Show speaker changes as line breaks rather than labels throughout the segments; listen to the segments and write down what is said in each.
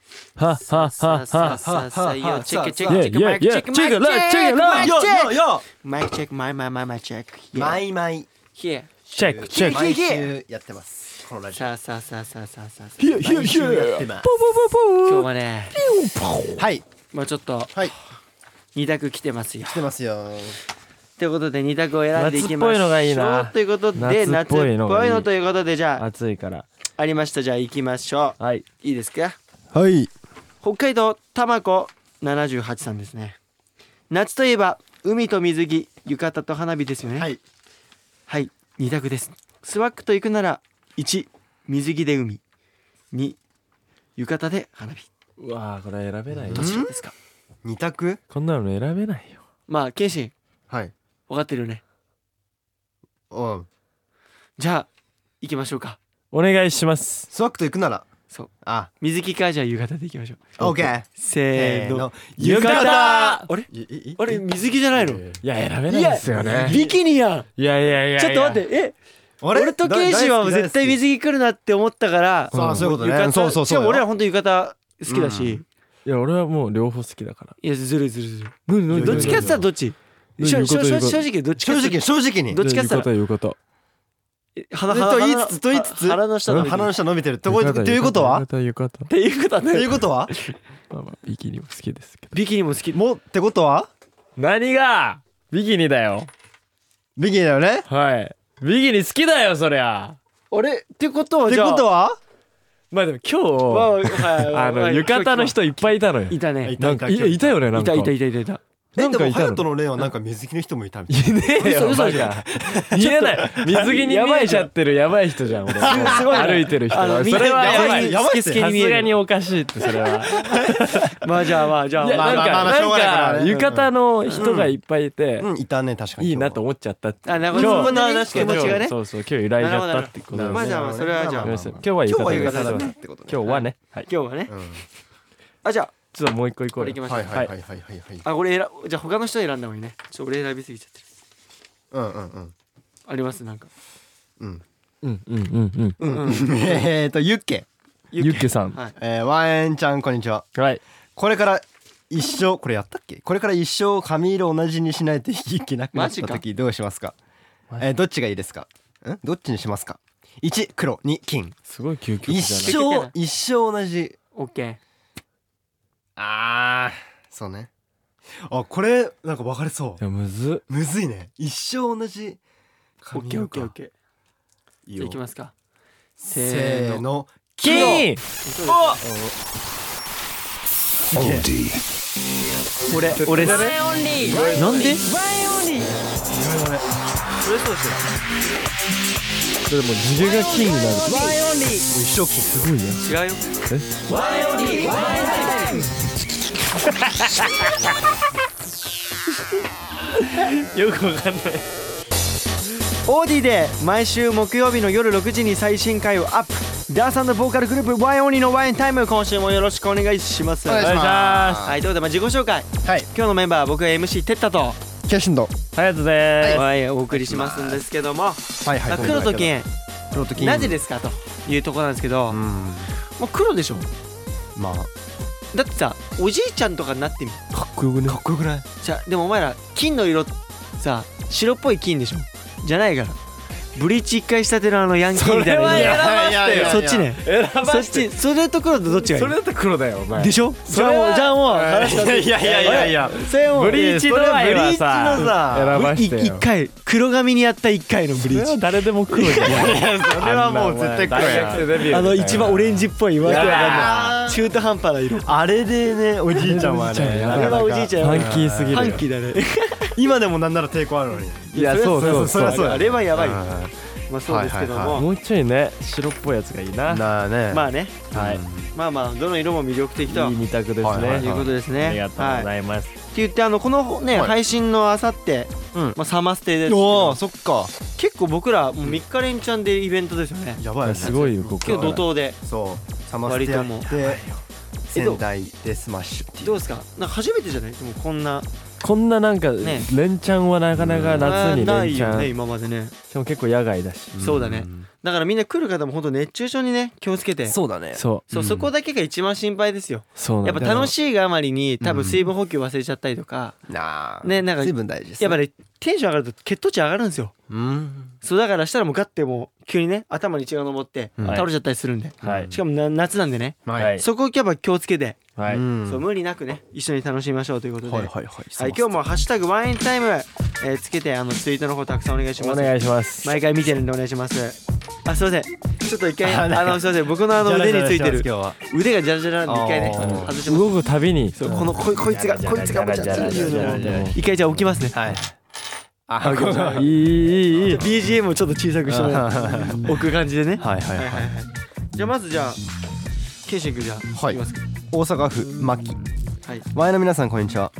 ははははははは。
Yo, check it, check
Yeah,
it, check it,
yeah,
mic
yeah.
check, mic
Check it, look, check it, look.
mic check.
よよ
Mic check, my, my, my, my check. Yeah.
マイマイ
Here.
チェックチェック。
毎週やってますこのラジオ
さあさあさあさあさあさあさあ。
ヒューヒュー
毎
ヒ
週や
ュ
って
ー。
ます
今日はね、
はい
もうちょっと
はい
二択来てますよ
来。てますよ
ということで二択を選んでいきましょ
夏っぽいの
う。
がいいな
ということで夏
夏っ
っぽ
ぽ
い
いのがいい
のということでじゃ
暑いから。
あありましたじゃあ行きましょう。
はい。
いいですか？
はい
北海道玉子78さんですね夏といえば海と水着浴衣と花火ですよね
は
はい、
い
二択ですスワックと行くなら1水着で海2浴衣で花火
うわあこれ選べないよ
ど。ちらですか
二択
こんなの選べないよ。
まあ謙信
はい
分かってるよね
うん
じゃあ行きましょうか
お願いします。
スワックと行くなら
そう
あ
水着かじゃあ浴衣で行きましょう
オッケー
せーの
浴衣
あれ
い
あれ水着じゃないの
いや選べないですよね。
ビキニやん
いやいやいやいや。
ちょっと待ってえ
あれ
俺とケイシは絶対水着来るなって思ったから
そう
うん
そういうことね
浴衣
そうそう
しか
そう
も俺ら本当浴衣好きだし、
うん
いや俺はもう両方好きだから。
いやずるいずるいずる
何何
いどっちかって言ったら
ど
どっち
うん
しょしょしょ
浴衣
正直どっちか
正
っつった
直
ら
正直に
どっちかっつったら
ということ。
鼻
と言いつつと言いつつ
鼻の下の
鼻
っ
の下伸びてるってことということは
浴衣浴衣浴
ていうことは
という
ね
衣
ことは
まあまあビキニも好きですけど。
ビキニも好き
もってことは
何がビキニだよ。
ビギニだよね
はい。ビキニ好きだよそりゃ。
俺ってことは
って
じゃあ
ことは
まあでも
まあ
今
はいはい
日
はい
あの浴衣の人いっぱいいたのよ。
いたねい
なんかいいたよねなんか。
たいたいたいたいた
え
なん
で
か
も
いたの
隼人。の例はなんか水着の人もいたみたい
いねえよ
嘘嘘
バ
じゃん
カ 見えない水着に見えちゃってるやばい人じゃん俺
すごいね
歩いてる人
あの
それはやばい
やば
好
い
き好きに
さ
見え
す
る
がにおかしいってそれは
まあじゃあまあじゃあ
いや
ま
ま
あ
あ
なんか
まあしょうがないか
な
らね
んか浴衣の人がいっぱいいて
なうんいたね確かに
いいなと思っちゃったって
あなるほ
今
ど
日
そんな気持ちがね
そうそう今日揺らいじゃったってことだよ
なるほど
まあ
ね
じゃあそれはじゃあ
ごめんな
ま
今
さい今
日
日は浴
は
衣
浴
です
衣だっ
今
てことね
日はねはい
今日はね
うん
あじゃあ
ちょっともう一個行こ
こ
う
れ行
よ
きましょ
は
う
いはいはいはいはいはい
あこれ選じゃあ他の人選んだ方がいいねちょ俺選びすぎちゃってる
うんうんうん
ありますなんか
うん
うんうんうんうん
えーとユッケ
ユッケさん
はい
えーワンエンちゃんこんにちは
はい
これから一生これやったっけこれから一生髪色同じにしないといけなくな
マ
った
ジ
時どうしますかえーどっちがいいですかんどっちにしますか1黒2金
すごい究極
一
じ
結局や
生
な
一生同じ
オッケー
あーそうねあこれなんか分かれそ
ゃないいやむずっ
うむずいね一生同じ
オッケーオッケーオッ
ー
ケー
い
じ
い
ゃあ
よ
いきますか
せーの
金
俺俺なんで
でも地毛が金になる
一生金
すごいね
違うよ
よくわかんない
オーディで毎週木曜日の夜6時に最新回をアップダーさんのボーカルグループワイオニのワインタイム今週もよろしくお願いします
お願いします
はいということでまあ自己紹介
はい
今日のメンバーは僕が MC テッタと
キャシンド
ありがとうで
はいお送りしますんですけども
はいは
まあ
い
黒と金
黒と金
なぜですかというところなんですけど
う
も
ん
う黒でしょ
まあ
だってさおじいちゃんとかになってみ
すかっこよくね
かっこよくない
じゃでもお前ら金の色さ白っぽい金でしょじゃないからブリーチ一回仕立てのあのヤンキーみたいな色
いやいやいや
そっちね
選ば
そっちそれと黒とどっち
そ
がい
れだったら黒だよお前
いでしょじゃあもうじゃあもう話した
いやいやいやいや
それはもう
ブリーチのは
ブリーチの
さ選
さ
ばして
い
よ
一回黒髪にやった一回のブ
そ
リ
れ
ー
は
チ
誰でも黒じゃない
いやそれはもう絶対黒
大
や
学生デビュー
あの一番オレンジっぽいわけわかん
い
な
や
い中途半端な色
あれでねおじいちゃんは
おじいちゃん
ね
やば
あ
い
れはおじい
ゃん
ちゃん
フ
やばい
ァンキーすぎ
フ
る
ァン
よ
キーだね
今でもなんなら抵抗あるのに
いやそうそう
そりゃそう
そう
や
あれはやばいよ
うん
まあそうですけど
はいはい
も
もうちょいね白っぽいやつがいいな
なあね
まあね
はい
まあまあどの色も魅力的と
いい二択です
はいは
と
ね
いうことですね
ありがとうございます
って言ってあのこのね、
はい
配信のあさって
うん
まあサマステですけ
おお
ど
そっか
結構僕らもう3日連チャンでイベントですよね
やばい
いや
よね
すごいよここ
今日怒涛で
そうサマステやっ
割
て
えどう
仙台でスマッシュっていう
どうですかなんか初めてじゃないでもこんな
こんななんか
ね
連チャンはなかなか夏に
な
連
い
チ
よ
ャン
ね今までね
しかも結構野外だし
そうだねだからみんな来る方も本当熱中症にね気をつけてそう
そうだね
そう
そう、
うん
そこだけが一番心配ですよ
そうな
や
ん
っ
だ
ぱ
よ
楽しいがあまりに多分水分補給忘れちゃったりとか、
なあ
ねなんか
水分大事です
やっぱ
り
ねテンション上がると血糖値上がるんですよ
うん
そうだからしたらもうガッてもう急にね頭に血が上って
うん
倒れちゃったりするんで、
はい
しかもな夏なんでね、
はい
そこやっぱ気をつけて、
はい、
うん
そう無理なくね一緒に楽しみましょうということで、
はい
はい
はいはい
今日も「ハッシュタグワインタイム」えーつけてあのツイートの方たくさんお願いし
お
ます
願いします
毎回見てるんでお願いしますあすいませんちょっと一回
あ
あ
なんか
のすいません僕のあの腕についてる
今日は
腕がジャラジャラなんで一回ね
あー
外します
動くたびに
そうこのこいこいつがこいつがもうジャラジャラジャラジャラジャラ
うん
一回じゃあ置きますね
はいあ
いいいいいい
BGM をちょっと小さくしてもらう置く感じでね
はいはい
はい
は
はい
い
はいじゃあまずじゃあケイシン君じゃあ、
はい
いきますか
大阪府牧
はい
ワインの皆さんこんにちは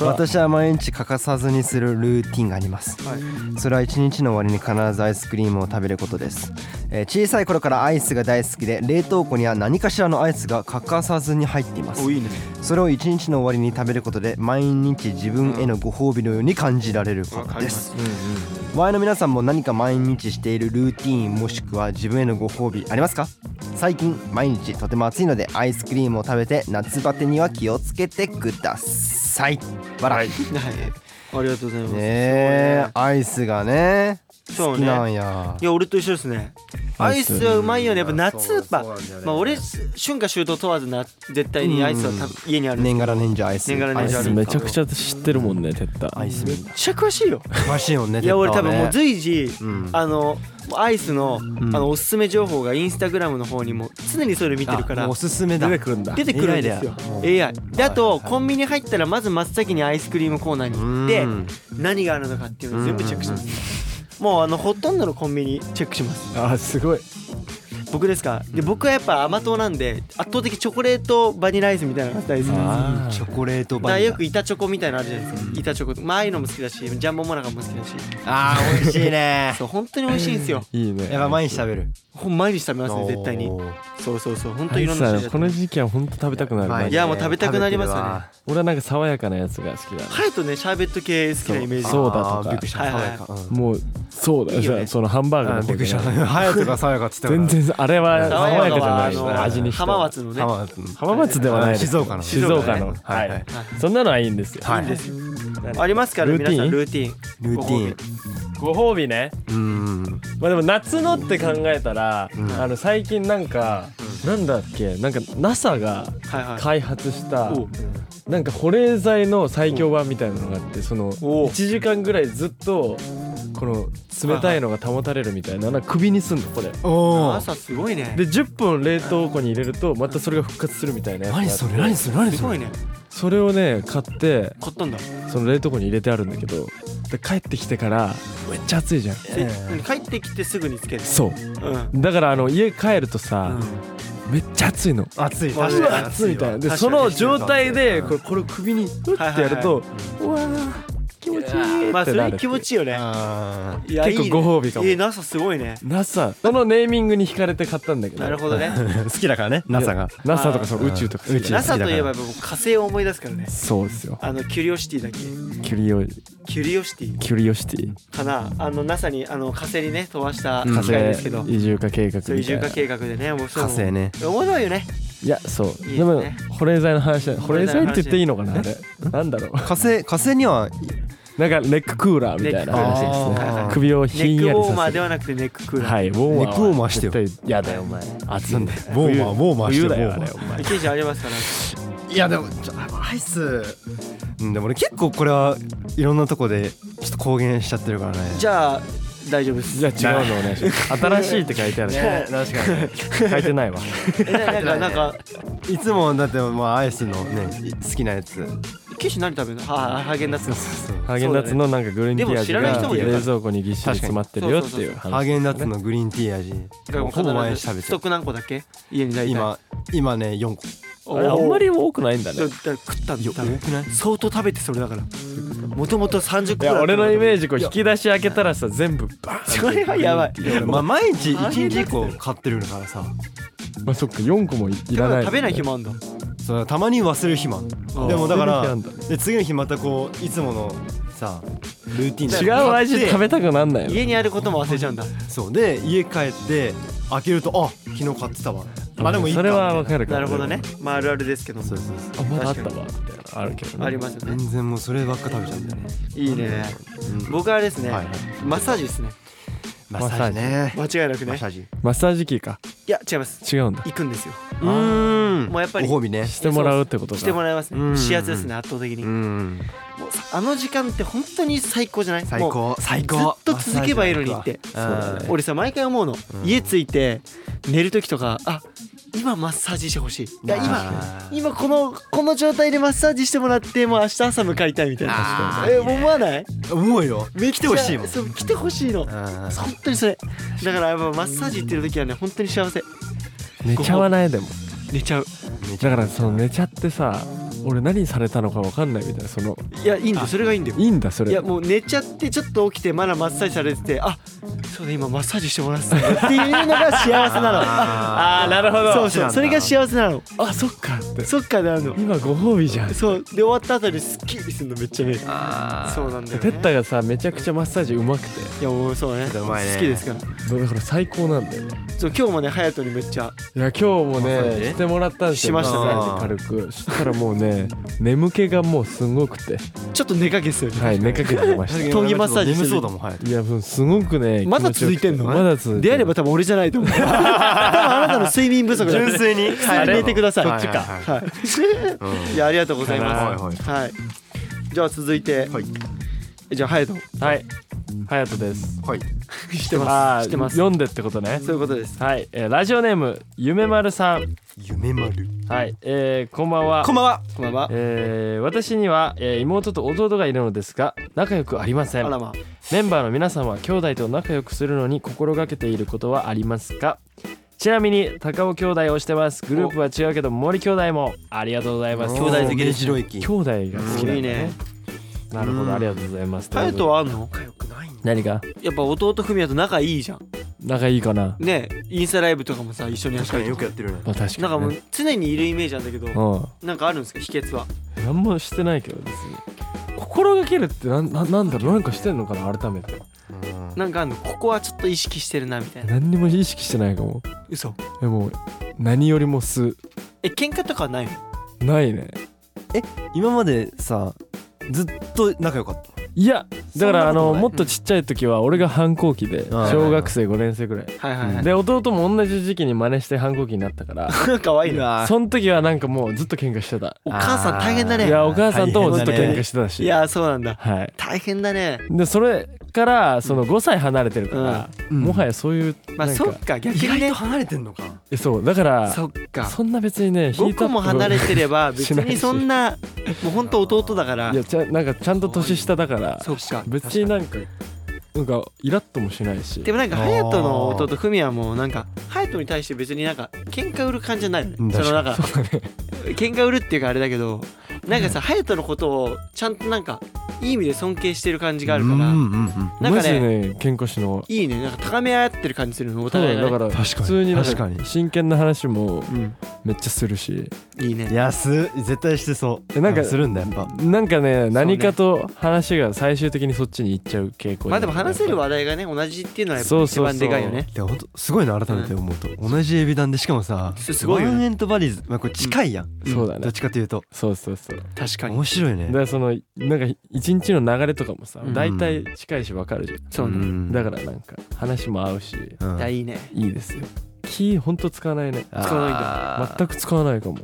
私
私は毎日欠かさずにするルーティンがあります
はい
それは一日の終わりに必ずアイスクリームを食べることです、えー小さい頃からアイスが大好きで冷凍庫には何かしらのアイスが欠かさずに入っています
おいいね
それを一日の終わりに食べることで毎日自分へのご褒美のように感じられるこ
わ
と
かりま
で
すす
ワイの皆さんも何か毎日しているルーティーンもしくは自分へのご褒美ありますか最近毎日とても暑いのでアイスクリームを食べて夏バテには気をつけてください笑い、
はいありがとうございます
ねえアイスがね
そ
好
う
き
ね
なんや
いや俺と一緒ですねアイスはうまいよねやっぱ夏やっぱまあ俺春夏秋冬問わずな絶対にアイスはた家にある
年がら年中アイス
年がら年中
アイス
ある
めちゃくちゃ知ってるもんねてった
アイス
めっちゃ詳しいよ
詳しいよね
いや俺多分もう
い
随時
うん
あのアイスのあのおすすめ情報がインスタグラムの方にも常にそういうの見てるから
おすすめだ
くるんだ
出てくるんですよ AI であとコンビニ入ったらまず真っ先にアイスクリームコーナーに行
うん
って何があるのかっていうのを全部チェックしますもうあのほとんどのコンビニチェックします
あすごい
僕ですかで僕はやっぱ甘党なんで圧倒的チョコレートバニラアイスみたいなのが大好きなんですよ
あ
チョコレート
だか
バ
ら
ニラ
よく板チョコみたいなのあるじゃないですか板チョコとまあああいうのも好きだしジャンボモナカも好きだし
あー美味し いね
そう本当に美味しいんですよ
いいね
やっぱ毎日食べる
ほん毎日食べますね絶対に
おー
そうそうそう本当
ア
にい
イ
ろん
ス
な
はね
種類あって
この時期は本当食べたくなる
まあ
ね
いやもう食べたくなりますよね
食べてるわ
俺はなんか爽やかなやつが好きだ
ハヤトねシャーベット系好きなイメージ
そうだとか
あーびっくりした
はいはい
爽やかうん
もうそうだ
いいよね
さそのハンバーガーの
あ
方
びっくり した。
でね
隼人が爽やかっつってたから
全。然あれは
爽
爽
や
やか
か
じ
はあ
ゃない
の
味にしては
浜松のね
浜松の
浜松ではない
静岡の
静岡の
静岡
は
ね
い
はい
そんなのはいいんですよ
はい
いいんですよ
ありますから
ルーテ
皆
ィン
さんルーティン
ルーティ
ご褒美ね
ン。うん。
まあでも夏のって考えたら
ん
あの最近なんかなんだっけなんか NASA が
はいはい
開発した
おう
なんか保冷剤の最強版みたいなのがあってその
おう
1時間ぐらいずっとこの冷たいのが保たれるみたいななんか首にすんのこれ
おお。
朝すごいね
で10分冷凍庫に入れるとまたそれが復活するみたいなやつがあって
何それ何それ何
す
そ
ご
れ。
いね
それをね買って
買ったんだ
その冷凍庫に入れてあるんだけどで帰ってきてからめっちゃ暑いじゃん
で帰ってきてすぐにつける
そう
うん
だからあの家帰るとさ、めっちゃ暑いの
暑い。
う
う
わ
わ暑いみたいなで
確か
そ
に
の状態で
うん
これこれを首にうってやると、うわー気持ちいい
まあ
っ
そ
てなる
れ気持ちいいよね
あ
いや
結構
いいね
ご褒美かも
えー NASA すごいね
NASA そのネーミングに惹かれて買ったんだけ ど
なるほどね
ー 好きだからね。NASA が。
NASA とかその宇宙とか
うん宇宙
NASA といえばやっぱもう火星を思い出すからね
そうですよ
あのキュリオシティだっけ
キュリオ
キュリオシティ
キュリオシティ
かなあの NASA にあの火星にね飛ばした
火
機
星
械ですけど、
移住化計画みた
そう
い
いう
な
移住化計画でね面白い
火
もん
星ね。
面白いよね
いやそう
いい
でも
ね
保冷剤の話だ保冷剤って言っていいのかな
保
あれなんだろ
火星火星には
うなんかネッククーラーみたいな話です
ネッククーラー
ね
あー
首を
ネ
ひん
ック
や
ウ
り
ォーマ
さ
ー
せ
で
る
はなくてネッ ククーラー、、
はいいウォーマー
ネックウォーマーしてよ
絶対やだよお前暑い
なんだよウォーマーウォーマーして
冬
よ
だ
ウ
よ
ォ
あ
ーマ
れ
ー
お前
意見者ありますから
いやでもちょアイス。うんでも俺結構これはいろんなとこでちょっと公言しちゃってるからね。
じゃあ大丈夫です
じゃあ違うのお願いします 新しいって書いてある
ね確かに。
書いてないわ
えななんかなんか
いつもだってまあアイスのね好きなやつ。
機種何食べるのはハーゲンダッツ
ハーゲンダッツのなんかグリーンティー味
でも知らない人
が
もいるから
冷蔵庫にぎっしり詰まってるよっていう話
ハーゲンダッツのグリーンティー味。ほぼ毎日食べ
ス
て
ト
る
ッ。ク何個だっけ家に大体
今今ね4個。
あれあんま
り
り多くないんだね
だから食ったんだ多分
くない
相当食べてそれだからもともと30個
いや俺のイ
ー
メージこう引き出し開けたらさ全部バー
ジ
ン
それはやばい
まあ毎日1日1個買ってるからさ。
まあそっか4個もい
だから食べない日もあんだ
そうたまに忘れる日もある。でもだか
忘れ
ら
る日あん
で次の日またこういつものさルーティン
違う味食べたくなんないよ
家にあることも忘れちゃうんだ
そうで家帰って開けるとあ昨日買ってたわまあでもいいか
それはわ
る
かる
な
から
るほどねまああるあるですけども
そうそうそう
あまだあったわみたいなのあるけどね
ありますよね
全然もうそればっか食べちゃうんだよね、
いいね
うん
僕はあれですね
はい
マッサージですね
マッサージね
間違いなく
マッ
ね
サージ
マッサージ機か
いや違います
違うんだ
行くんですよ
うーん
もうやっぱり
ご褒美ね
してもらうってことか
してもらいますね
うん
指圧ですね圧倒的に
う
もうんあの時間って本当に最高じゃない
最
もう
高最高
ずっと続けばいいのにって
マッサージ
俺さ毎回思うの家着いて寝る時とかあ今マッサージしてほしいいや
あ
今
ー
今このこの状態でマッサージしてもらってもう明日朝迎えたいみたいな
あー
え思わない
うん思うよ来てほしいもん
じゃあそう来てほしいの
うん
本当にそれだからやっぱマッサージ行ってる時はね本当に幸せ
寝ちゃわないでも
寝ちゃう
だからその寝ちゃってさ俺何されたのかわかんないみたいなその
いやいいんだよそれがいいんだよ
いいんだそれ
いやもう寝ちゃってちょっと起きてまだマッサージされててあそうだ今マッサージしてもらってたん だっていうのが幸せなの
あー
ーなるほ
ど
そうそうそれが幸せなの
あそっかって
そっかであるの
今ご褒美じゃん
そうで終わった後にすっきりするのめっちゃ見えるそうなんだよ、ね、
テッタがさめちゃくちゃマッサージうまくて
いやもうそうね
うまいね
好きですから
そうだから最高なんだよね
そう今日もね隼人にめっちゃ
いや今日も
マッサージ
ねしてもらったんですよ
しましたね
マッサージ軽くしたらもうね 眠気がもうすごくて
ちょっと寝かけっすよね、
はい寝かけてました
闘技マッサージしてる
眠そうだもん はい
いやもうすごくね
まだ
気持ちよく
続いてんの
まだ続いて
であ
る
れば多分俺じゃないと 思う多分あなたの睡眠不足だね
純粋に
普通に寝てください
は
こっ
い
ちか
はい
はい
うん
いやありがとうござい
は
ま
い
す。はい。じゃあ続いて、
はい
じゃあハヤト
はい隼人です
はい
してま
あ
す。してます。そ
読んでってことね
ういうことです。
はい、えーラジオネームゆめまるさん
夢丸
はい、えー、こんばんは
こんばんは
こんばんは。
えー私には、えー妹と弟がいるのですが仲良くありませ
あ
ん
らま
メンバーの皆さんは兄弟と仲良くするのに心がけていることはありますかちなみに高尾兄弟をしてますグループは違うけど森兄弟もありがとうございます
兄
兄
弟
弟
好きで白駅
兄弟が好き
あ。
だ
いいね。
なるほどありがとうございます
ハヤトはあんの？
何が
やっぱ弟フミヤと仲いいじゃん。
仲いいかな
ね、インスタライブとかもさ一緒にやったりとか。
やってるね
まあ確
なんか
か
も
に、
う
ね、
常にいるイメージなんだけど、
う
なんかあるんですか秘訣は？
ん何もしてないけど別に心がけるってなんななんだろうなんかしてんのかな改めて
なんかあんの？ここはちょっと意識してるなみたいな。
何にも意識してないかも
嘘。
でも何よりも素
え喧嘩とかはないの？
ないね
今までさずっと仲良かった
いやだからあ
そんなこと
の
ない
もっとちっちゃい時は俺が反抗期で
はい
小学生5年生ぐらい
はいはいはい。
で弟も同じ時期に真似して反抗期になったから
可愛いな。
その時はなんかもうずっと喧嘩してた
お母さん大変だ
い
ね。
やお母さんともずっと
大変だ
喧
ね
嘩してた
い
し
やそうなんだ。
はい
大変だね。
でそれからその5歳離れてるから
うん
もはやそういう
ま
な
あ
ん
そっ
か
か逆にね。
離れてんのか
えそうだから
そっか。
そんな別にね引い
5
た
個も離れてれば別
しない
に
し
そんなもうほんと弟だから
いやちゃなんかちゃんと年下だから
そっか
別になんかなんかイラッともしないし
でもなんか隼人の弟フミヤもなんか隼人に対して別になんか喧嘩売る感じじゃないよね
うん
そのなんか
そうだね
喧嘩売るっていうかあれだけどなんかさ隼人のことをちゃんとなんかいい意味で尊敬してる感じがあるか
うん
ら
うんうん
なん
マ
か
ジで
ね
ね喧嘩しの
いいねなんか高め合ってる感じするのお
そう
互いが
だ
ね
から
確か
普
に
通になん
確かに
真剣な話も
うん
めっちゃするし
いいね
いやす絶対してそう
えなんか
するんだやっぱ
なんかね何かと話が最終的にそっちに行っちゃう傾向
まあでも話せる
わ
話題がね同じっていうのはやっぱ
そう
一
そうそう
番でかいよね
いやほんとすごいな改めて思うと同じエビ団でしかもさ
すすごいよね
ワンエントバリーズまあこれ近いやん
そうだ
どっ
ね
ちかというと
そうそうそうだか
確かに
面白いね
らそのなんか一日の流れとかもさ
うん
大体近いし分かるじゃ
そうね
んだからなんか話も合うし
ら
いやいいね
いいですよ気ほんと使わないね
使わないん
だ
全く使わないかも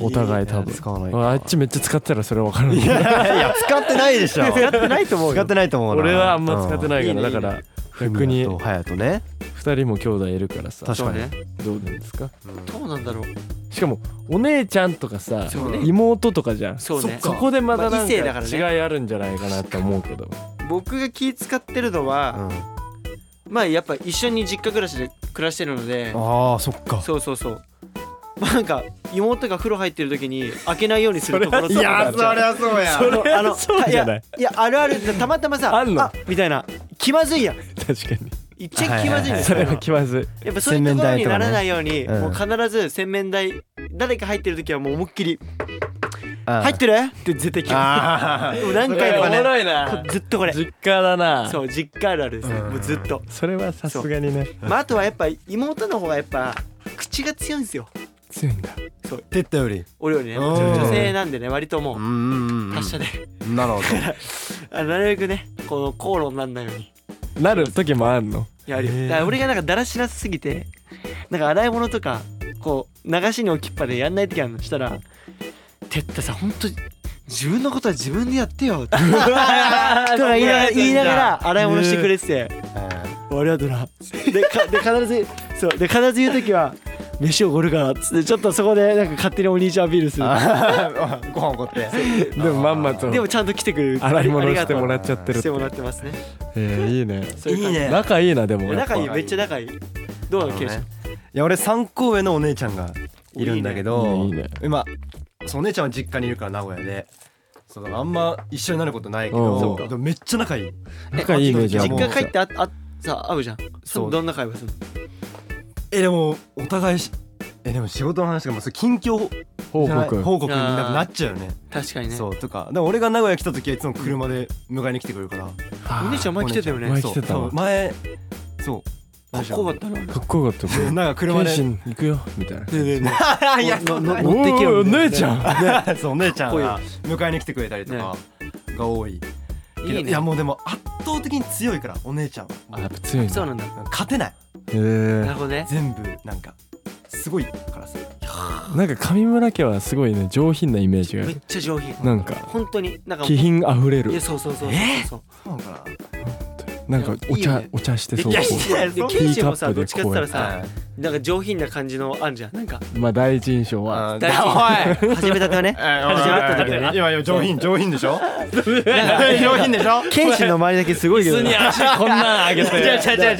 お互い多分
使わない
ああっちめっちゃ使ってたらそれ分かる
いやいや使ってないでしょ
使ってないと思う
使
よ
ってないと思うな
俺はあんま使って
い
ないいか
いね
らだから
逆
逆
に
に
と隼人ね
2人も兄弟いるからさ
確かに
そうね
どうなんですか
どうなんだろう
しかもお姉ちゃんとかさ
そうね
妹とかじゃん
そうね
そこでまた
まあ
なん
異
か
性だからね
違いあるんじゃないかなって思うけど
僕が気使ってるのは、
あ
まあやっぱ一緒に実家暮らしで暮らしてるので
あそっか
そうそうそうまあなんか妹が風呂入ってる時に開けないようにするところとか
ゃそうや
あのあの
そうじゃない
いやいやあるあるってたまたまさ
あんの
みたいな気まずいやん
確かに
いっちゃ気まずいんです
そ
よ、
れは気まずい
やっぱそういうところにならないように、
洗面台と
もう必ず洗面台誰か入ってる時はもう思いっきり入ってるって絶対聞く
あ
もう何回も
おも
ね
ろいな
ずっとこれ
実家だな
そう実家あるあるですねもうずっと
それはさすがにね
まああとはやっぱ妹の方がやっぱ口が強いんですよ
強いんだ
あてったより
俺よりね
うん
女性なんでね割とも
う
うん
うんうん
達者で
なるほど
あなるべくねこの口論なんないように
なる時もあんの
やるよ
へえ
だから俺がなんかだらしなさすぎてなんか洗い物とかこう流しに置きっぱでやんない時あるのしたら「てったさほんと 自分のことは自分でやって よ」とか言いながら言いながら洗い物してくれてて。ありがとうなでかで必ずそうで必ず言う時は「飯おごるから」っつってちょっとそこでなんか勝手にお兄ちゃんアピールする
うん ご飯おごって
でもまんまと
でもちゃんと来てくれる
洗い物
あり
し
が
て
とう
もらっちゃってる
してもらってますね
えーいいね
そういう感じ
ね
仲いいなでもやっぱ
仲いいめっちゃ仲いいどうなのケイシ
いや俺3個上のお姉ちゃんがいるんだけ
いいね
ど
いいねいいね
今そうお姉ちゃんは実家にいるから名古屋でそうだからあんま一緒になることないけ
うんそ
ど
うか
でもめっちゃ仲いい
仲いいねじゃあ
実
もう
家帰ってああさ会うじゃん
そう
どんな会話する
えでもお互いしえでも仕事の話がもうそれ近況
報
じゃない
告
報告になんかなっちゃうよね
確かにね
そうとかでも俺が名古屋来た時はいつも車で迎えに来てくれるから
お
あ
兄ちゃん前来てたよね
前
そう
来てたわ
そう前そう
かっこよかったな
かっこよかった
なんか車
謙
で
信行くよみたいな
あいや
の
そんな
の乗ってけよ
おー
みたいな
お姉ちゃん
ねそうお姉ちゃんが迎えに来てくれたりとかが多いけど
いいね
やもうでも圧倒的に強いからお姉ちゃん
あや
は
っぱ強いんだ
そうなんだ
勝てない
へ
なる
え
ほどね
全部なんかすごいからさ
なんか上村家はすごいね上品なイメージがあ
め
る
っちゃ上品
なんか
本当になんか
気品あふれ
い
る
やそうそうそうそうそう
そうなのか
なんかお
いいよ
茶
ね
お茶して
で
そう
いやい
こ
やいやでケイシもさ
ティーカップで
どっちかって言ったら
な
さなんか上品な感じのあんじゃんなんか
うまあ第一印象は
あー
大
だ
事始めたては ね
おい始
まった時だね
いやいや上品上品でしょ
なんか
上品でしょ
ケイシの周りだけすごいけどな
足こんなん 上げ
違う違う違う違う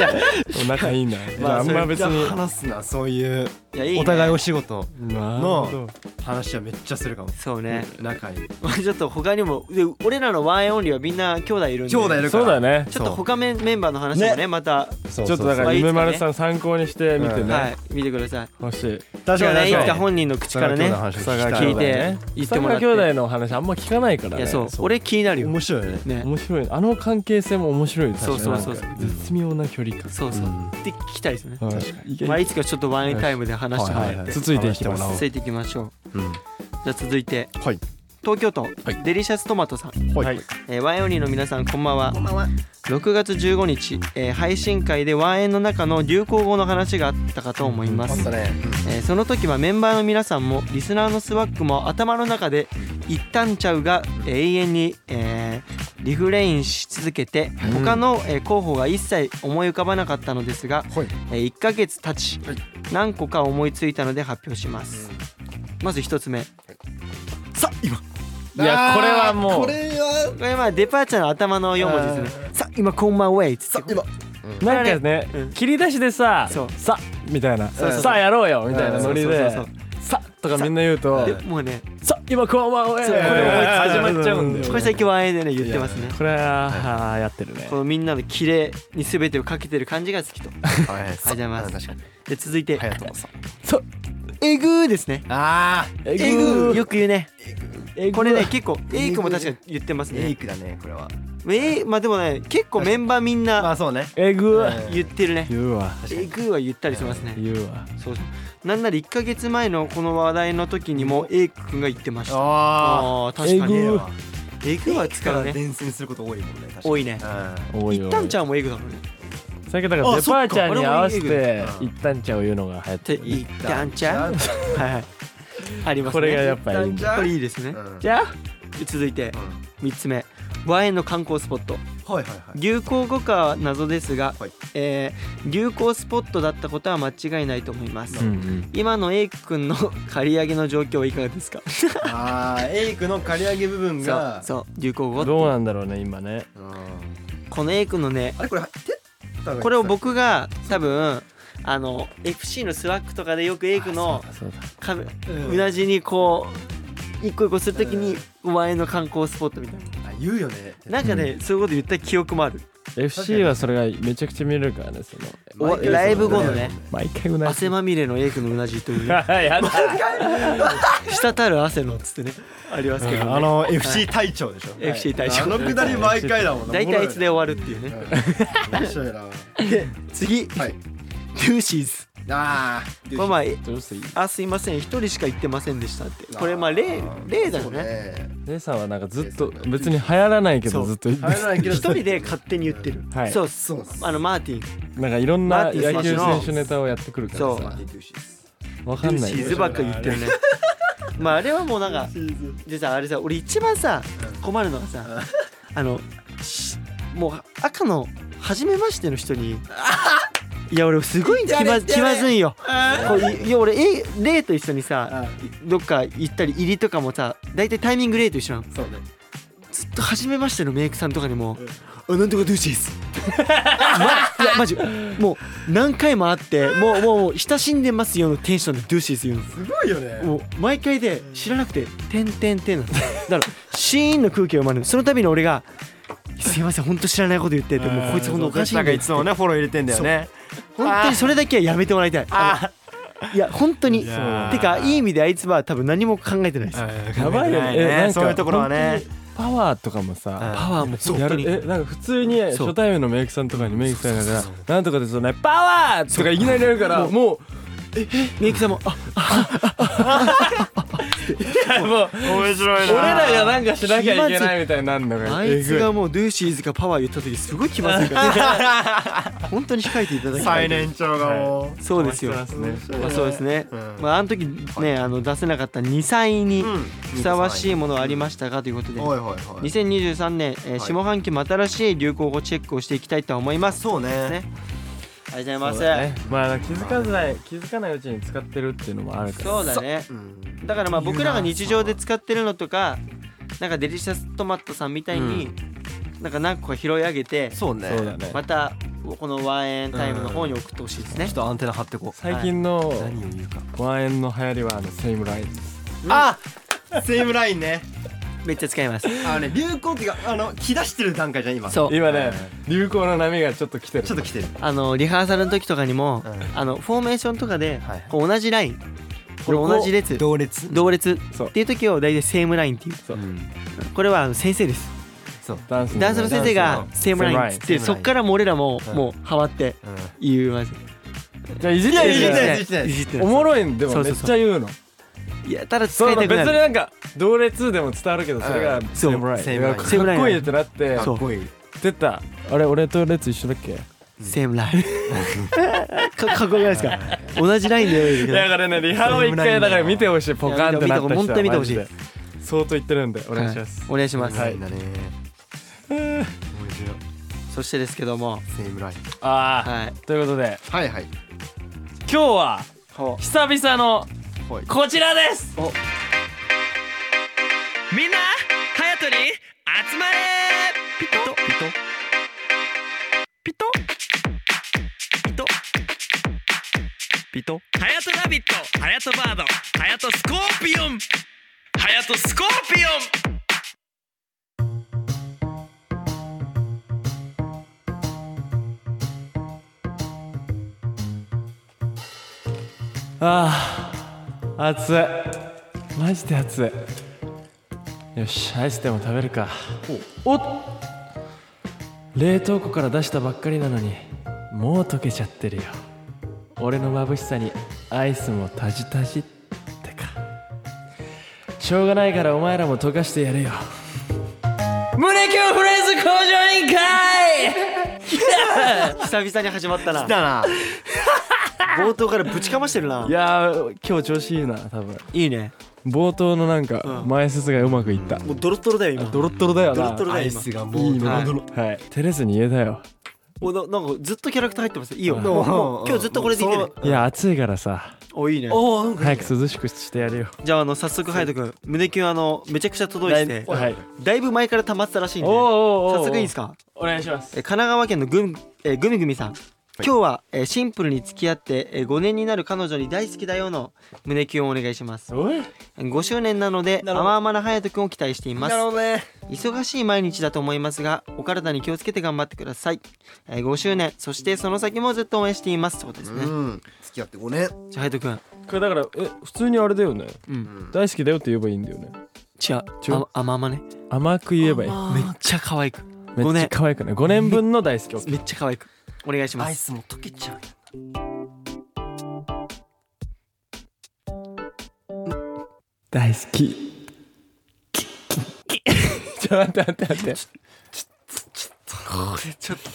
お仲いいんだじ
まあ
ゃああん ま別
いや
に
話すなそういう
いやいいね
お互いお仕事
なるほど
の話はめっちゃするかも
そうね
仲いい
まあちょっと他にもで俺らのワンエンオンリーはみんな兄弟いるんで
兄弟いるか
そ
ら
うだね
ちょっと他メンメンバーの話もね
ね
また、
ちょ
ちょっとだから
そう
夢丸さん参考にしてみて
うん
ね
はい見てください
欲しい
確
じゃあ
か
ね
に
いつ
確
か
かに
本人の口からね
草川
聞
兄
い
弟
て
ね
言って
草
もら
川
って
兄弟のお話あんま聞かないから
い
ね
やそう
そう
俺気になるよ
面白いよね
ね
面白いあの関係性も面白いです
そうそうそう
確かになんか絶妙な距離感
そうそう、
うん
で聞きたいですね、
確かに
まあ、いつかちょっとワンエンタイムで話してもらって、
はいはいはい
つついていきます
は
続いていきましょう
うん
じゃあ続いて
はい
東京都、
い
デリシャストマトさん、
はい
えー、ワンエンオンリーの皆さんこんばんは
んばんは
6月15日、えー配信会でワンエンの中の流行語の話があったかと思います、
ね
えーその時はメンバーの皆さんもリスナーのスワックも頭の中で「一旦ちゃう」が永遠に、えーリフレインし続けて
うん
他の、えー候補が一切思い浮かばなかったのですが、
はい
えー1ヶ月経ち
はい
何個か思いついたので発表しますまず1つ目
さあ今
いやこれはも
こ
う
れは
これはデパーチャーの頭の4文字ですね「さ今こんばんはウェイ」
さあ今
なんかね
うん
切り出しでさ
そう
さみたいな
そうそう
さやろうよみたいなノリ
そう
で
そうそう
さとかみんな言うと
でもうね
さ今こんばんは
そうこれ思いつ
いた
始まっちゃうんだよね
これ最近ワンエンでね言ってますね
これはあーやってるね
このみんなの綺麗に全てをかけてる感じが好きと
はいありが
とうございます
確かに
で続いて
隼人さん
そう
えぐーですね。
あ
え
えぐー
ー
よく言うね。
えぐー
これね結構エイクも
えぐー
確かに言ってます
エイ
ね。
クだねこれは
えまあでもね結構メンバーみん
ま
な
あそうね
えぐー
うん
言ってるね。
言うわ
確か
え
に
ぐーは言ったりしますね。
言うわ
そうそう。なんなら1ヶ月前のこの話題の時にもエイクくんが言ってました。
あ
ああ確かに。
え
え
ぐー
ぐーは使うね。
伝染すること多いもんね確かに
多いね
う
多い
一
よ
旦ちゃんもエグだもんね。
最近だから
あ
デパーチャーに合わせ
そっか
て
あれもいい
一旦ちゃんを言うのが流行って
て
る
一旦ちゃん。
一
はいはい。 あります
こ
ね。
れがやっぱいい
ん
ん
一旦ち
だ
ゃん
これいいですね。
うん
じゃあ
続いて
うん
3つ目。和円の観光スポット。
はいはいはい
流行語かは謎ですが、
はい
えー流行スポットだったことは間違いないと思います、
うん
今のエイク君の借り上げの状況はいかがですか
あーエイクの刈り上げ部分
そう
が
そう流行
う
語
んどうなんだろうね今ね
うん
このエイクのね
あれこれてったの
これを僕が多分あの FC のスワックとかでよくエイクの
あそうだそう
かぶ
うん
うなじにこう一個一個するときに
う
お前の観光スポットみたいな
あ言うよね
なんかね、そういうこと言った記憶もある
FC はそれがめちゃくちゃ見れるからねその
おライブ後のね
毎回うな
汗まみれの A 君のうなじという ね
やだ
滴る汗のっつってねありますけどね
あの FC 隊長でしょ
FC 大
あ
賞
のくだり毎回だもん な
大体いつで終わるっていうね
面白いな
次
はい
ルーシーズ
あー
これまあ
どうしていい
あすいません一人しか行ってませんでしたって
あー
これまあ例例だよ
そう
ね
ね
姉さんはなんかずっと別に流行らないけ
そ
ど
う
ずっと言って
入らないけど
一人で勝手に言ってる
はい
そう
そうです
あのマーティン
なんかいろんな
マーティン
野球
選手の
選手ネタをやってくるから
そう
さわかんない
シーズばっか言ってるねまああれはもうなんかでさあれさ俺一番さ困るのがさあのしもう赤の初めましての人にいや俺すごい気ま気まずいよこういいや俺えレイと一緒にさどっか行ったり入りとかもさ大体タイミングレイと一緒なの
そうね
ずっと初めましてのメイクさんとかにも「あなんとかドゥーシーズ」 ま、いやマジもう何回も会ってもうもうもう親しんでますよのテンションでドゥーシーズ言うの
すごいよね
もう毎回で知らなくて「てんてんてん」なんですだからシーンの空気を生まれるその度に俺が「すいません本当知らないこと言って」ってもうこいつほんとおかしい
なんんか
だよ
いつもねフォロー入れてんだよね
本当にそれだけはやめてもらいたいあのいや本当に
いやー
てかいい意味であいつは多分何も考えてないです
やばいよね
ね
えなんか
そういうところはね
パワーとかもさ
パワーも本
や
当
る
に
えなんか普通に
そう
初対面のメイクさんとかにメイクさんがさなんとかでそのねパワーとかいきなりやるからもう
メイクさんも「あ
もう
面白い
俺らがなんかしなきゃいけないみたいになるのが
あ
えぐ
いつがもうドゥーシーズかパワー言った時すごい気まずい から本当に控えていただきた
最
い
年長がもう
そうですよ
こいつらっすね
まあそうですね、
うん
まああの時ねあの出せなかった2歳に
うん
ふさわしいものはありましたかということで
はいはいはい
2023年、えー
い
下半期も新しい流行語チェックをしていきたいと思います。
そうね
ねありがとうご
そう
ざ
だ
い
ねまあ気づかない気づかないうちに使ってるっていうのもある
ます。
から
そうだね。
うん
だからまあ僕らが日常で使ってるのとか、なんかデリシャストマットさんみたいに、なんか何個か拾い上げて、
そうね
そうだね
またこのワンエンタイムの方に送ってほしいですね。
とアンテナ張ってこ
最近の
何を言うか
ワンエンの流行りはあのセイムラインです
あセームラインね
めっちゃ使います。
あのね流行っていうかあの来だしてる段階じゃん今
そう。
今ね流行の波がちょっと来てる
ちょっと来てる
あのリハーサルの時とかにも、
うん
あのフォーメーションとかで、
はいはい
こう同じライン、これ同じ列、
同列
同列っ
そう
ていう時を大体セームラインっていう。
そう
これはあの先生です。
そう
ダンス
ダンスの先生
ダ
が
ンスの
セームラインっつっ
セー
て
ムライン
そっからもう俺らも
うん
もうハマって言うまず
じゃあいじって
いじってない
る
いじってない
いじって
お
ない
もろいんで
そ
もめ
うそ
っ
うそう
ちゃ言うの
いやただ使
そ
いうた
別
くな
に
る
なんか同列でも伝わるけどそれがセ
そう
イムライン
セイムライン
かっこいいってなって
そ
か
う
っこいい
出たあれ俺と列一緒だっけ
セームラインかかっこよくないですか同じラインでやる
いやだからねリハを一回だから見てほしいポカンってなった人は
ほんと見てほしい
マジで相当言ってるんでお願いします
お願いします
はい
セームラインだね面白い
そしてですけども
セームライン
あ
はい
あということで
はいはい
今日は
ほ
久々の
はい
こちらです
お
みんなハヤトに集まれピトピトピトピトピトハヤトラビットハヤトバードハヤトスコーピオンハヤトスコーピオン
ああ暑いマジで暑いよしアイスでも食べるかおっ冷凍庫から出したばっかりなのにもう溶けちゃってるよ俺の眩しさにアイスもタジタジってかしょうがないからお前らも溶かしてやるよ胸キュンフレーズ工場委員会
久々に始まったな
だな
冒頭からぶちかましてるない
やー今日調子いいな多分
いいね
冒頭のなんか前説がうまくいった、
もうドロッドロだよ今
ドロッドロだよ
ド
な
ロッドロだよ今
がも
いいね、
はい
はい、照れずに言えたよ
おななんかずっとキャラクター入ってますいいよ
うん
もうもう今日ずっとこれでいける
いや暑いからさ
おいいね
おお
早く涼しくしてやるよ
じゃああの早速ハヤト君胸キュンあのめちゃくちゃ届いてて
はい
だいぶ前から溜まってたらしいん
おー
で
おーおーお
早
ー
速いいですか
お願いします
え神奈川県のぐん、えー、ぐみぐみさん今日は、えーシンプルに付き合って、えー5年になる彼女に大好きだよの胸キュンをお願いします
おい
5周年なので
なるほど
甘々な隼人君を期待しています
なるほどね
忙しい毎日だと思いますがお体に気をつけて頑張ってください、えー5周年そしてその先もずっと応援していますそうです
う
ね、
ん付き合って5年
じゃあ隼人君
これだからえ普通にあれだよね
うん
大好きだよって言えばいいんだよね
違う
違う
あ甘々ね
甘く言えばいい
めっちゃ可愛く
め
ご
っ
ね
ちゃ可愛くない5年分の大好き OK
めっちゃ可愛くお願いしま
アイ
す
スも溶けちゃう
大好きちょっと待って待って待って
ちょっと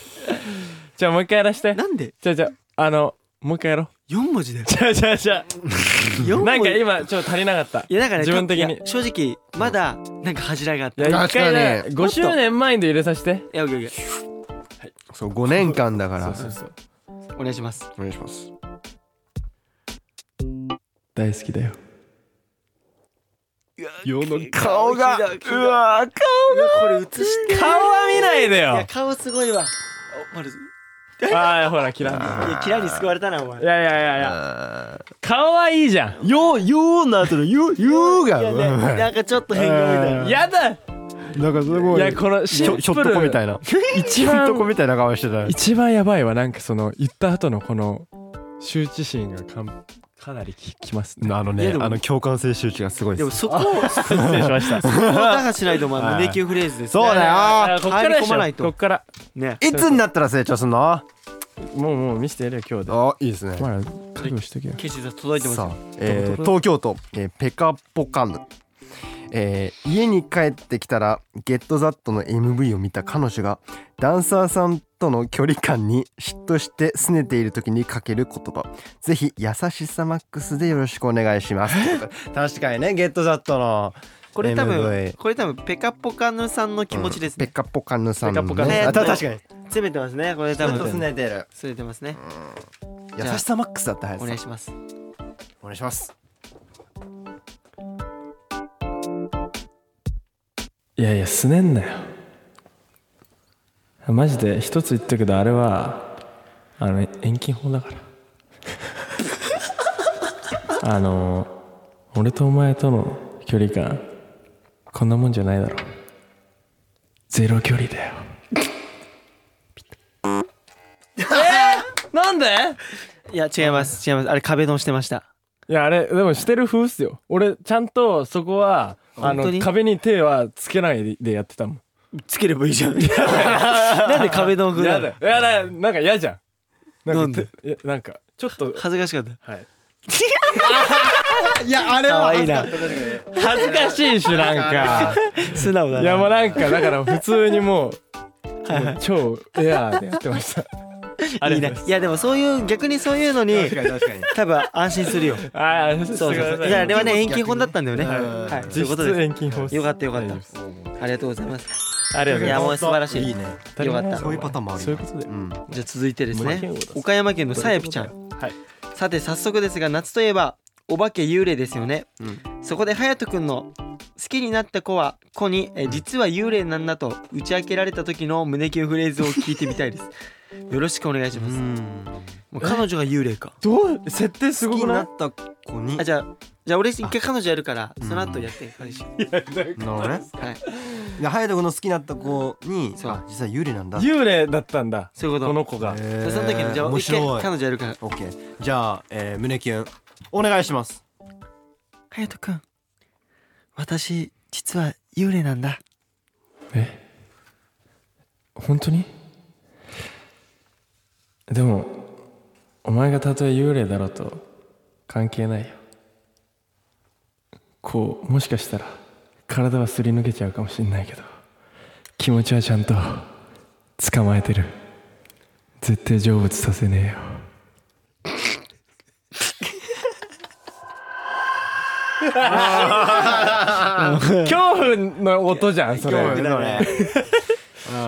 じゃあもう一回やらして
なんで
じゃあじゃああのもう一回やろう
4文字だよ
じゃあじゃあじゃ
四
あ
文字
なんか今ちょっと足りなかった
いやだからね
自分的に
いや正直まだなんか恥じらいがあっ
い
たい
や一回ね
確かに
5周年前で入れさせて
やオッケーオッケ
そう5年間だか
そ
ら
うそうそう
ーお願いします
お願いします
大好きだよ
世の
顔がうわ
わー
これ映して
顔は見ないで
い
よ
や顔すごいわおまる
ああほらキラ
いやキラに救われたなお前
いやいやいやいや顔はいいじゃん
よよな後のよよ
いやねなんかちょっと変顔みたいな
やだい
なんかすご
やこのシンプル
ひょっとこみたいな
一
ひょっとこ
番
みたいな顔してた
一番やばいわなんかその言った後のこの羞恥心がかんかなりききますね
あの
いや
ね
でも
あの共感性周知がすごい
で
で
も
す
そこをそこを
失礼しました
打破しないとお前
はい
胸キュンフレーズですね
そうだよ
こっからで
入り込まない
しょ
と
こっから
ね
いつになったら成長すんの
もうもう見せてやるよ今日で
あいいですね
お前ら覚悟しとけよ
ケチだ届いてます
さ
よ
あ、えー東京都、えーペカポカム、えー家に帰ってきたら「ゲットザットの MV を見た彼女がダンサーさんとの距離感に嫉妬して拗ねている時にかける言葉ぜひ優しさマックスでよろしくお願いします 確かにねゲットザットの
これ多
MV
分これ多分ペカポカヌさんの気持ちです
ペ
ね
カポカヌさん
ペカポカヌ
あた確かに
攻めてますねこれ
ち
多
ょっと
分
拗ねてる
攻めてますね
優しさマックスだったはず
お願いします
お願いします
いやいやすねんなよマジで一つ言ったけどあれはあの遠近法だから あの俺とお前との距離感こんなもんじゃないだろゼロ距離だよえー、なんで
いや違います違いますあれ壁ドンしてました
いやあれでもしてる風っすよ俺ちゃんとそこはあ
本当
の
に
壁に手はつけないでやってたもん
つければいいじゃんなんで壁ドン風
や
なの
だやだなんか嫌じゃんな
なんで
いやなんかちょっと
恥ずかしかった
はい
いやあれ
可愛いな
恥ずかしいしなんか
素直だない
やもうなんかだから普通にもうもう超エアーでやってましたあ
い
り
い
がとうござ
ね
います
いやでもそういう逆にそういうのに
確かに確かに
多分安心するよそう
ああそう
そうそうだからあれはね遠近法だったんだよね
はい
はいそうい
実
うこと
質
で
遠近法
すよかったよかっ
大丈夫です
たありがとうございます
ありがとう
い
ござい
や
ま
もう素晴らしい
いいね
す
よかった
そういうパターンもある
そういうことで
うん
じゃあ続いてです
もう
ね
剣を出す
岡山県のさやぴちゃん
はい
さて早速ですが夏といえばお化け幽霊ですよね、
うん
そこで隼人くんの好きになった子は子にえ実は幽霊なんだと打ち明けられた時の胸キュンフレーズを聞いてみたいですよろしくお願いします、もう彼女が幽霊か
どう設定す
好
ご
き
く
に
な
ないった子に
あじゃあじゃあ俺一回彼女やるからその後やって彼氏
なるほどね
はい
で隼人君の好きになった子に
そう
あ実は幽霊なんだ
幽霊だったんだ
そういうこと
この子が
へー
その時にじゃあ
面
一回
白い
彼女やるから
オッケーじゃあ、えー、胸キュンお願いします
隼人くん私実は幽霊なんだ
え本当にでもお前がたとえ幽霊だろうと関係ないよこうもしかしたら体はすり抜けちゃうかもしんないけど気持ちはちゃんと捕まえてる絶対成仏させねえよ 恐怖の音じゃんそれ
だね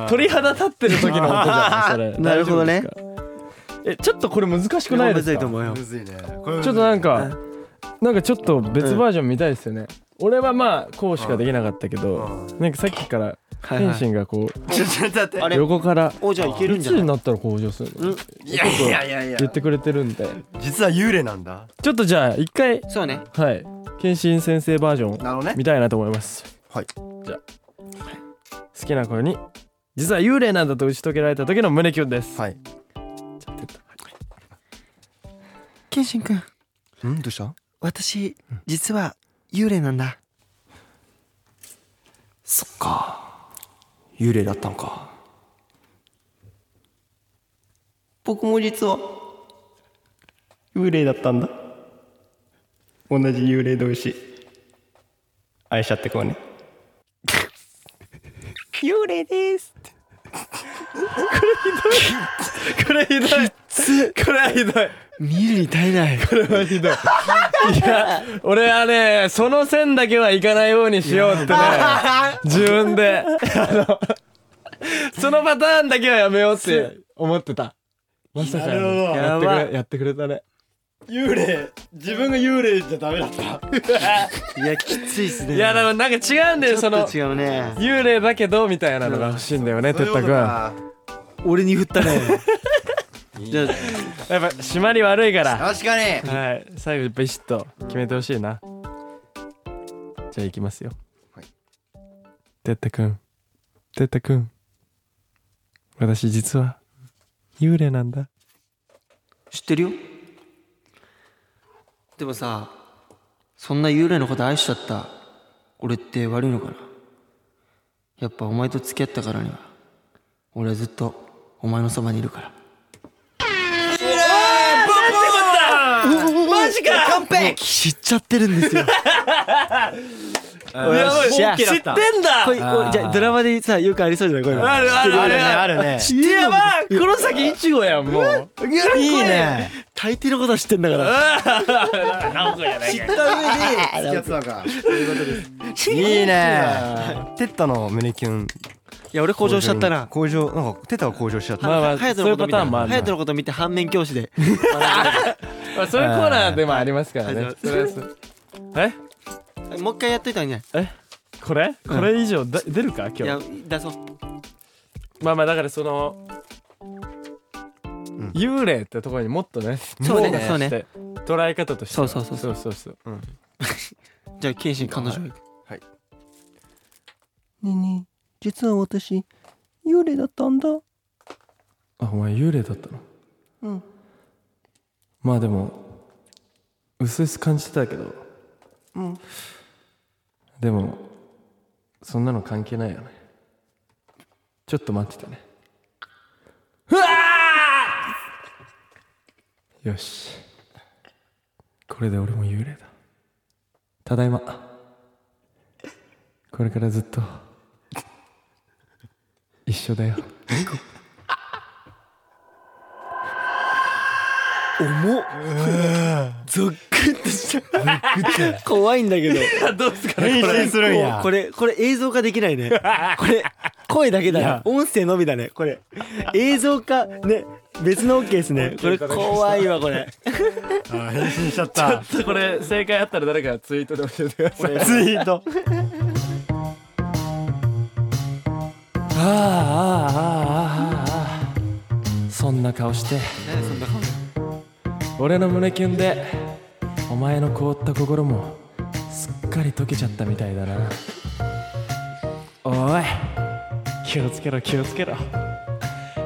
鳥肌立ってる時の音じゃんそれ
なるほどね
大丈夫ですかえちょっとこれ難しくないです
い
か
と思うよ
むずいね
ちょっとなんかなんかちょっと別バージョン見たいですよね、俺はまあこうしかできなかったけど、なんかさっきから
はい
天
はい
心がこう
ちょちょっと待っ
あれ
横から
おじゃあいけるん
いつ
じゃない
になったら向上するの
うん
ていやいやいやいや
言ってくれてるんで
実は幽霊なんだ
ちょっとじゃあ一回
そうね
はい謙信先生バージョン
なるほどね
見たいなと思います
はい
じゃあ好きな子に実は幽霊なんだと打ち解けられた時の胸キュンです、
はい
謙信君
うんどうした
私実は幽霊なんだ
そっか幽霊だったのか僕も実は
幽霊だったんだ同じ幽霊同士愛しちゃってこうね
幽霊です
これひどいこれはひどい
見るに耐えない
これはひどいいや俺はねその線だけはいかないようにしようってね自分であのそのパターンだけはやめようって思ってたまさかやねやってくれやってくれたね
幽霊自分が幽霊じゃダメだった
いやきついっすね
いやでもなんか違うんだよ
ち
そ
ょ
の
っと違うね
幽霊だけどみたいなのが欲しいんだよね哲太君や
俺に振った ねじゃあ
っぱ締まり悪いから
確かに
はい最後ビシッと決めてほしいなじゃあいきますよ
はい
哲太君哲太君私実は幽霊なんだ
知ってるよでもさそんな幽霊のこと愛しちゃった俺って悪いのかなやっぱお前と付き合ったからには俺はずっとお前のそばにいるからマジか完璧知っちゃってるんですよ
やばい
知っ
知っててんだ
これこれじゃあドラマでさよくありそうじゃないこれ
あるあるある
あるね
いやばい黒崎いちごやんもう
いいね
大抵のことは知ってんだから
知った上で付き合ってたのかそういうことですいいね
テッタの胸キュン
いや俺向上しちゃったな
向上なんかテッタが向上しちゃった
まあまあ
隼人のこと見て
そういうパターンもあるな
隼人のこと見て反面教師で
まあそういうコーナーでもありますから
は
ね
い
それはそうえ
もう一回やっといたんじゃない
えこれこれ以上だ出るか
い
今
や
日
出そう
まあまあだからその幽霊ってところにもっとね
そうね
フォーカス
そうね
して捉え方として
そうそうそうそ
そうそうそう
じゃあ謙信彼女
ねえねえ実は私幽霊だったんだ
あお前幽霊だったの
うん
まあでも薄々感じてたけど
うん
でもそんなの関係ないよねちょっと待っててねうわーよしこれで俺も幽霊だただいまこれからずっと一緒だよ
ゾックってしちゃう怖いんだけど
変身するんや
これこれ映像化で きないねこれ声だけだね音声のみだねこれ映像化ね別の OK ですねこれ怖いわこれ
あ変身しちゃった
これ正解あったら誰かツイートで教えてください
ツイート
あああああああそんな顔して俺の胸キュンでお前の凍った心もすっかり溶けちゃったみたいだなおい気をつけろ気をつけろ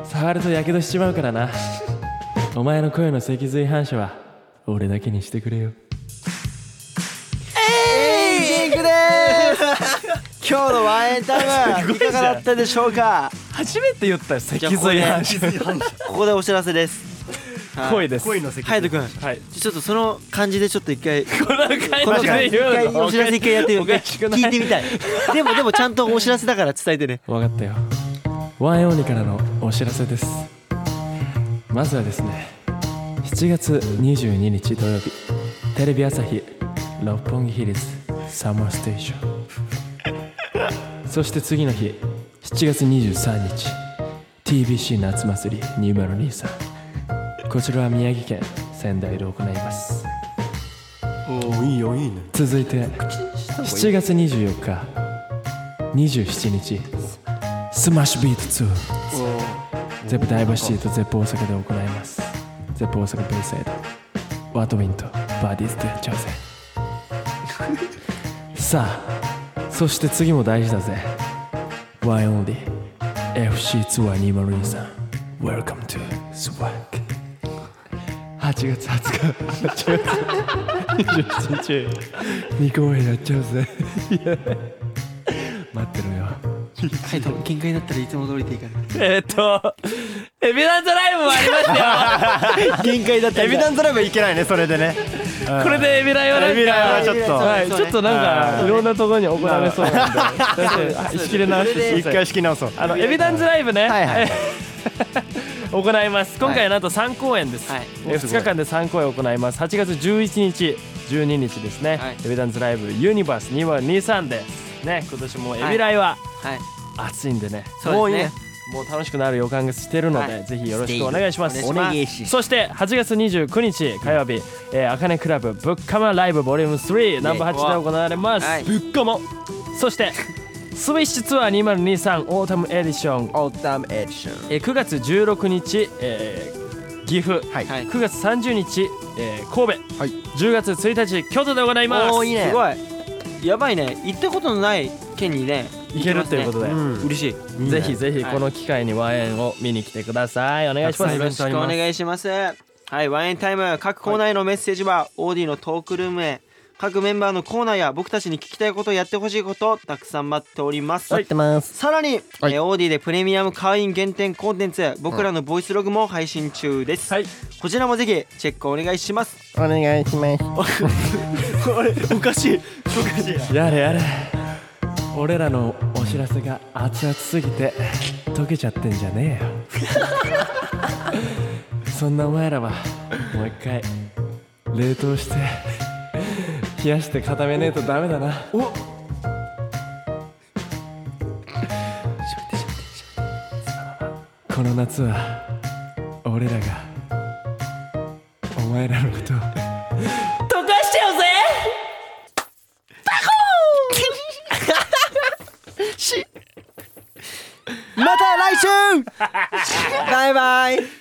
触るとやけどしちまうからなお前の声の脊髄反射は俺だけにしてくれよ
ジンク です今日のワンエンタイムいかがだったでしょうか
初めて言ったよ脊
髄反
射
ここでお知らせです
恋です
恋の席
隼人
はい
君ちょっとその感じでちょっと一回
この会
この
話
一
で
回
言うの
お知らせ一回やってみ
お
て
かしくない
聞いてみたいでもでもちゃんとお知らせだから伝えてね
わかったよワンエンオニからのお知らせですまずはですね7月22日土曜日テレビ朝日六本木ヒルズサマーステーションそして次の日7月23日 TBC 夏祭り2023こちらは宮城県仙台で行います
おいいよいいね
続いて7月24日27日
スマッシュビート2
お
ゼップダイバーシティとゼップ大阪で行いますゼップ大阪ベイサイドワートウィンとバーディーズで挑戦 さあそして次も大事だぜワイオンリー FC ツアー2023 Welcome to SWAG 8月20日
ちょい
2公演やっちゃうぜ待ってろよ
カイト限界だったらいつも通りでいいから
えーっとエビダントライブもありましたよ
限界だった
エビダントライブいけないねそれでね
これでエビライはなん
エ
か
ビライはちょっと
はい
そう
ち
ね
ょっとなんかいろんなところに怒られそうなんで
あ仕切れ直して
一回引き直そう
あのエビダンズライブね、
はいはい
行います今回なんと3公演です、
はい
え2日間で3公演行います8月11日12日ですね、
はい
エビダンズライブユニバース2023ですね今年もエビライは
はい
暑いんでね、も
そうう
いい
ですね
もう楽しくなる予感がしてるので、
はい
ぜひよろしくお願いします
お願いします
そして8月29日火曜日、えー、あかねクラブぶっかまライブボリューム3ナンバー8で行われます、
はい
ぶっかまそしてスウィッシュツアー2023オータムエディション
オータムエディション
えー9月16日、えー岐阜、
はい
はい
9月30日、えー神戸、
はい
10月1日京都で行います
おーいいね
すごいやばいね行ったことのない県にね
行けるということ
で
で、
うん
嬉しい
ぜひぜひ
はい
この機会にワンエンを見に来てくださいお願いします
よろしくお願いしますはいワインタイム各コーナーへのメッセージは OD のトークルームへ各メンバーのコーナーや僕たちに聞きたいことやってほしいことたくさん待っております、
待ってます
さらに、
はい
えー、OD でプレミアム会員限定コンテンツ僕らのボイスログも配信中です、
はい
こちらもぜひチェックお願いします
お願いします
おかしいおかしい
やれやれ俺らのお知らせが熱々すぎて溶けちゃってんじゃねえよそんなお前らはもう一回冷凍して冷やして固めねえとダメだなおこの夏は俺らがお前らのことを
溶かしちゃうぜ
また来週バイバイ